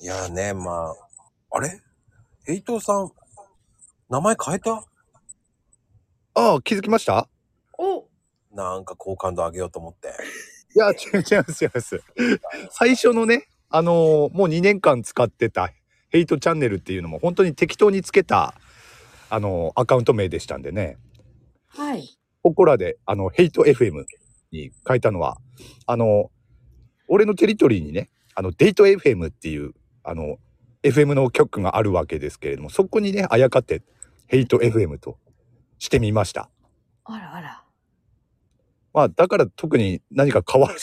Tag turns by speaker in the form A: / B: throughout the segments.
A: いやーね、まあ、あれヘイトさん、名前変えた
B: ああ、気づきました
C: お
A: なんか好感度上げようと思って。
B: いや、違う違う違います。最初のね、あのーもう2年間使ってたヘイトチャンネルっていうのも本当に適当につけた、あのーアカウント名でしたんでね、
C: はい。
B: ここらで、あの、ヘイト FM に変えたのは、あのー俺のテリトリーにね、あの、デイト FM っていう、あの FM の曲があるわけですけれども、そこにね、あやかって、ヘイト FM としてみました。
C: あらあら。
B: まあ、だから特に何か変わる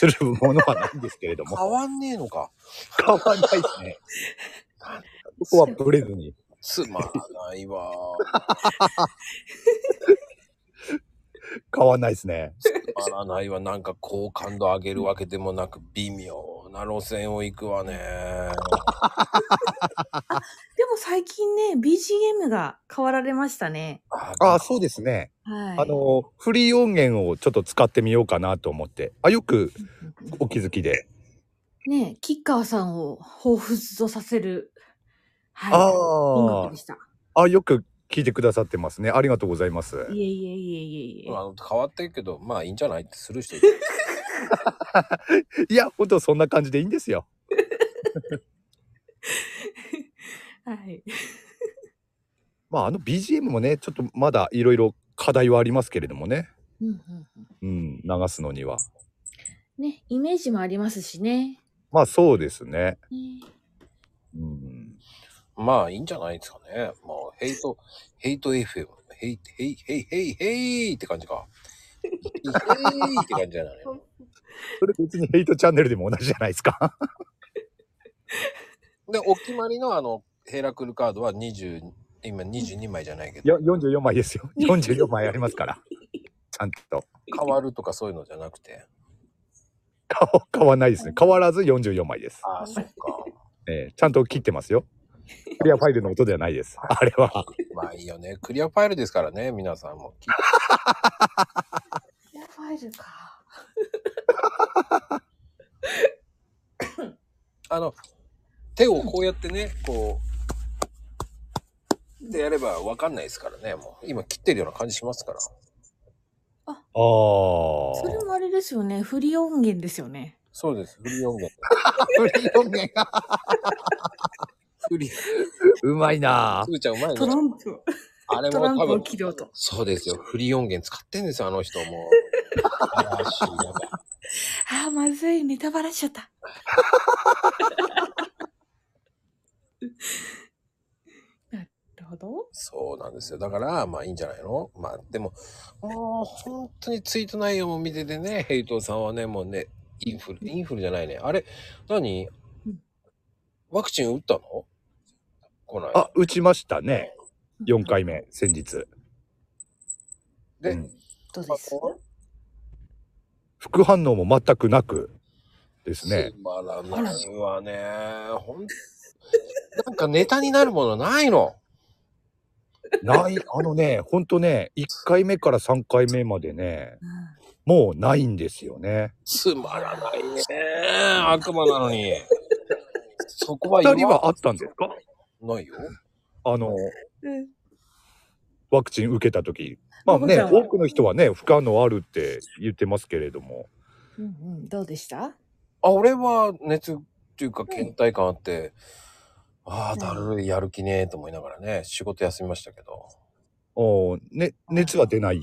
B: ものはないんですけれども。
A: 変わんねえのか。
B: 変わんないですね。そこはブレずに。
A: つまらないわ。
B: 変わんないですね。
A: つまらないわ。なんか好感度上げるわけでもなく、微妙な路線を行くわね。
C: でも最近ね、BGM が変わられましたね。
A: あ
B: ああ、そうですね。
C: はい。
B: あの、フリー音源をちょっと使ってみようかなと思って。あ、よくお気づきで。
C: ねえ、吉川さんを彷彿とさせる、はい、
B: あ
C: 音楽でした。
B: あ、あ、よく聞いてくださってますね。ありがとうございます。
C: いえいえいえいえいえ。
A: あの変わってるけど、まあいいんじゃないってする人いる。
B: いや、ほんとそんな感じでいいんですよ。
C: はい。
B: まあ、あの BGM もね、ちょっとまだいろいろ課題はありますけれどもね。
C: うんうんうん
B: うん、流すのには。
C: ね、イメージもありますしね。
B: まあ、そうですね。
C: ね
B: うん。
A: まあいいんじゃないですかね。まあヘイト、ヘイト FM。ヘイ、ヘイ、ヘイ、ヘイ、ヘイって感じか。ヘイって感じじゃないのよ
B: それ別にヘイトチャンネルでも同じじゃないですか。
A: で、お決まりのあの、ヘイラクルカードは20、今22枚じゃないけど、
B: よ44枚ですよ。44枚ありますから。ちゃんと。
A: 変わるとかそういうのじゃなく て。
B: 変 わ変わんないですね。変わらず44枚です。
A: ああ、そっか。
B: えーちゃんと切ってますよ。クリアファイルの音ではないです。あれは。
A: まあいいよね。クリアファイルですからね、皆さんも。
C: えファイルか。
A: あの、手をこうやってね、こう、でやればわかんないですからね、もう。今切ってるような感じしますから。
B: あー
C: それもあれですよね。フリー音源ですよね。
A: そうです、フリー音源。
B: フリー音源が
A: フリー。す
B: うまいなぁ
A: ぐちゃんうまい
C: ト
A: ね
C: ラ。ンプを、
A: あれ
C: ト
A: も
C: ランプ
A: 多
C: を
A: 分、
C: 切ろうと。
A: そうですよ、フリー音源使ってんですよ、あの人 も。嵐やば
C: ああ、まずい。ネタバラしちゃった。 なるほど。
A: そうなんですよ。だから、まあいいんじゃないのまあでも、もう本当にツイート内容も見ててね、ヘイトさんはね、もうね、インフル、インフルじゃないね。あれ、何
C: うん
A: ワクチン打ったのこない
B: あ、打ちましたね。4回目、先日。
A: で、
B: うん
C: どうです
A: あこ
B: 副反応も全くなくです
A: う
B: ね。
A: つまらないわね。ほん、なんかネタになるものないの。
B: ない、あのね、ほんとね、1回目から3回目までね、
C: うん
B: もうないんですよね。
A: つまらないね。悪魔なのに。そこは
B: 2
A: 言
B: 人
A: わ
B: はあったんですか
A: ないよ。
B: あの、
C: うん
B: ワクチン受けた時まあ
C: まこち
B: ね、
C: ゃんは
B: 多くの人はね、不可能あるって言ってますけれども。
C: うんうん、どうでした
A: あ、俺は熱っていうか倦怠感あって、ああ、だるい、やる気ねえと思いながらね、仕事休みましたけど。
B: おーね、熱は出ない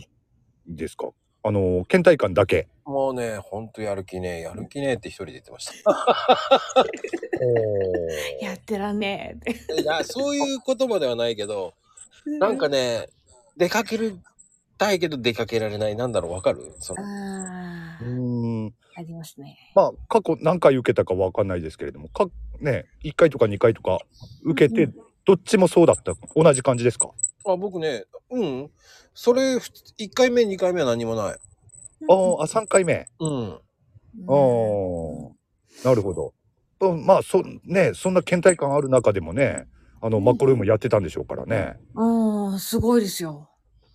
B: んですかあのー、倦怠感だけ。
A: もうね、ほんとやる気ねえ、やる気ねえって一人で言ってました。
C: やってらんねえって。
A: いや、そういう言葉ではないけど、なんかね、出かけるたいけど出かけられない、なんだろう、わかるそ
C: あ
A: の
B: う
C: ー
B: ーん。
C: ありますね。
B: まあ、過去何回受けたかわかんないですけれども、か、ね、1回とか2回とか受け
C: う
B: て、どっちもそうだった。同じ感じですか
A: あ僕ね、うん。それ、ふつ一回目、二回目は何もない。
B: あーあ、3回目。
A: うん。
B: あーなるほど。うんまあ、そ、ね、そんな倦怠感ある中でもね、あの、マコルームやってたんでしょうからね。
C: うん。うん、すごいですよ。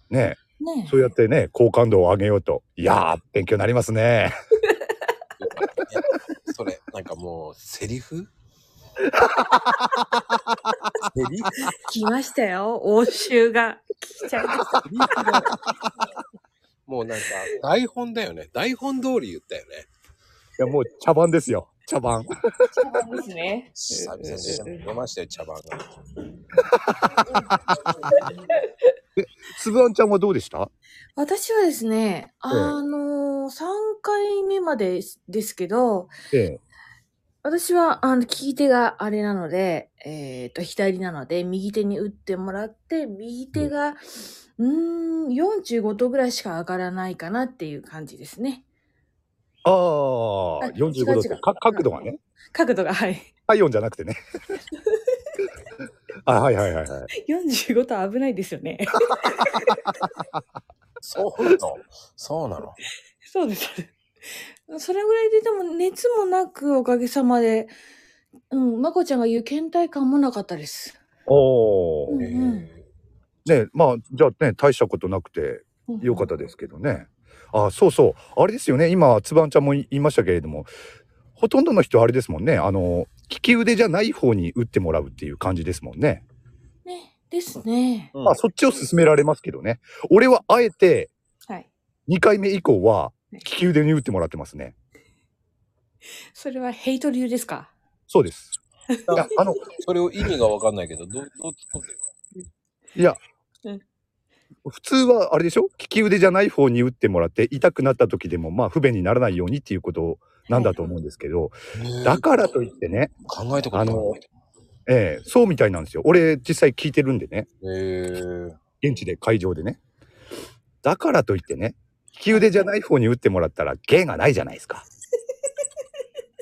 B: ね、
C: ね
B: そうやってね、好感度を上げようと。いやー、勉強になりますね。
A: それ、なんかもう、セリフヘリ
C: 来ましたよ。応酬が来ちゃいました。
A: もう なんか台本だよね。台本通り言ったよね。
B: や、もう茶番ですよ。茶番。
C: そうですね。
A: 久々に飲ましたよ、茶番が。
B: つぶあんちゃんはどうでした
C: 私はですね、あの3回目までですけど、
B: ええ。
C: 私は、あの、利き手があれなので、えっ、と、左なので、右手に打ってもらって、右手が、うーん、45度ぐらいしか上がらないかなっていう感じですね。
B: ああ、
C: 違う
B: 45度って
C: 違う
B: か角度がね。
C: 角度が、はい。
B: 体温じゃなくてね。あ、はいはいはいはい。
C: 45度危ないですよね。
A: そうなの。そうなの。
C: そうです。それぐらいで、でも熱もなく、おかげさまで、うん、まこちゃんが言う倦怠感もなかったです。
B: おお。
C: うんうん
A: え
B: ねまあじゃあね大したことなくてよかったですけどね。あそうそうあれですよね今つばんちゃんも言いましたけれどもほとんどの人あれですもんねあの利き腕じゃない方に打ってもらうっていう感じですもんね。
C: ね、ですね。
A: ー
B: まあそっちを勧められますけどね俺はあえて
C: はい。
B: 2回目以降は利き腕に打ってもらってますね。
C: それはヘイト流ですか
B: そうです。いやあの
A: それを意味がわかんないけど、どう、どう作ってる
B: いや
C: うん
B: 普通はあれでしょ利き腕じゃない方に打ってもらって痛くなった時でもまあ不便にならないようにっていうことなんだと思うんですけど、だからといってね、
A: 考えたことない。
B: ええそうみたいなんですよ。俺、実際聞いてるんでね、
A: えー
B: 現地で会場でね。だからといってね、利き腕じゃない方に打ってもらったら、芸がないじゃないですか。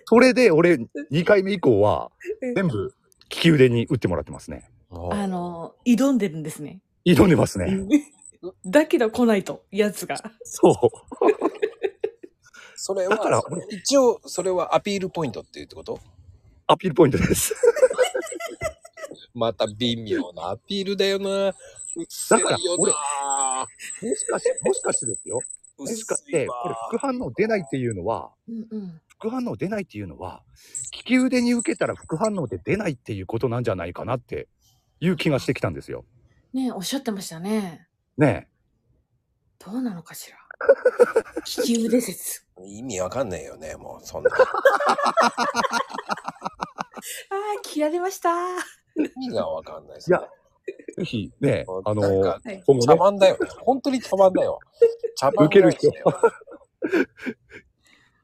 B: それで、俺、2回目以降は、全部、利き腕に打ってもらってますね。
C: あ
A: あ
C: の、挑んでるんですね。
B: 挑んでますね。
C: だけど来ないと、やつが。
B: そう。
A: それ
B: だから
A: は、一応、それはアピールポイントっていうってこと
B: アピールポイントです。
A: また微妙なアピールだよな。うっせ
B: だから
A: えよ
B: 俺
A: な
B: もしかして、もしかしてですよ。
A: うっ
B: もし
A: せ
B: かして、
A: えわ
B: これ、副反応出ないっていうのは、
C: うんうん。
B: 副反応出ないっていうのは利き腕に受けたら副反応で出ないっていうことなんじゃないかなっていう気がしてきたんですよ。
C: ねおっしゃってましたね。
B: ね
C: どうなのか しら。利き腕説。
A: 意味わかんないよね、もう、そんな。
C: ああ、切られました。
A: 意味がわかんないです
B: いやえぜひね
A: もう
B: あの
A: なんか
C: はい
B: 今後
A: 茶
B: ね
A: 番だよね。本当に茶番だ よ。茶番返しだよ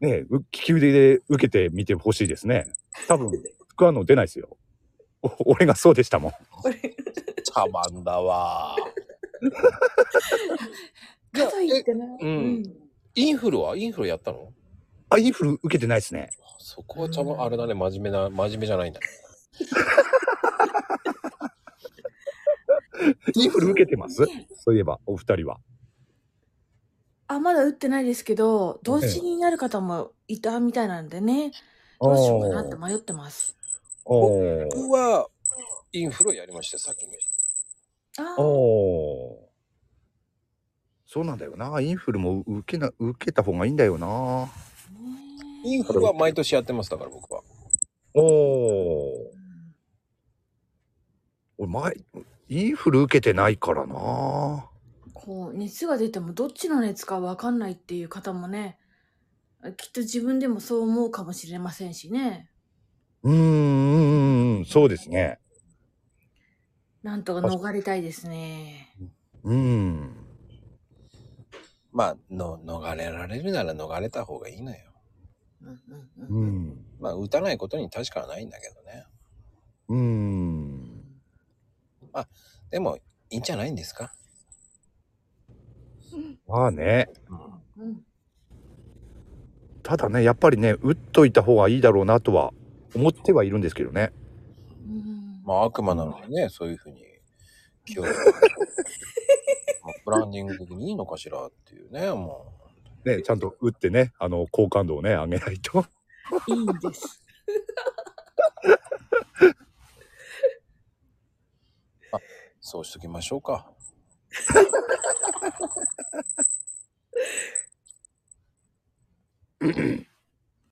B: ねう利き腕で受けてみてほしいですね。多分副反応出ないですよ。お俺がそうでしたもん。
A: 茶番だわ。
C: かといってな。
A: えうんインフルはインフルやったの
B: あインフル受けてないですね。
A: そこは茶番、あれだね、真面目な、真面目じゃないんだ。
B: インフル受けてますそういえばお二人は。
C: あ、まだ打ってないですけど、同時になる方もいたみたいなんでね。
B: あ
C: どうしようかなって迷ってます。
B: お
A: 僕は、インフルやりましたよ、先に。
C: あー
B: おそうなんだよな。インフルも受けな受けた方がいいんだよな。
A: インフルは毎年やってます、だから僕は。
B: おお。俺前インフル受けてないからな
C: こう熱が出てもどっちの熱かわかんないっていう方もねきっと自分でもそう思うかもしれませんしね
B: うーんうんそうですね
C: なんとか逃れたいですね
B: うん
A: まあの、逃れられるなら逃れた方がいいのよ。
C: うんうんうん
B: うん
A: まあ、打たないことに確かはないんだけどね。
B: うん
A: でも、いいんじゃないんですか
B: まあね
C: うん
B: ただねやっぱりね打っといた方がいいだろうなとは思ってはいるんですけどね
C: うん
A: まあ、悪魔なのにね、そういうふうに気をつけて。まあブランディング的にいいのかしらっていうね、もう。
B: ねちゃんと打ってねあの好感度をね上げないと
C: いいんです
A: そうしときましょうか。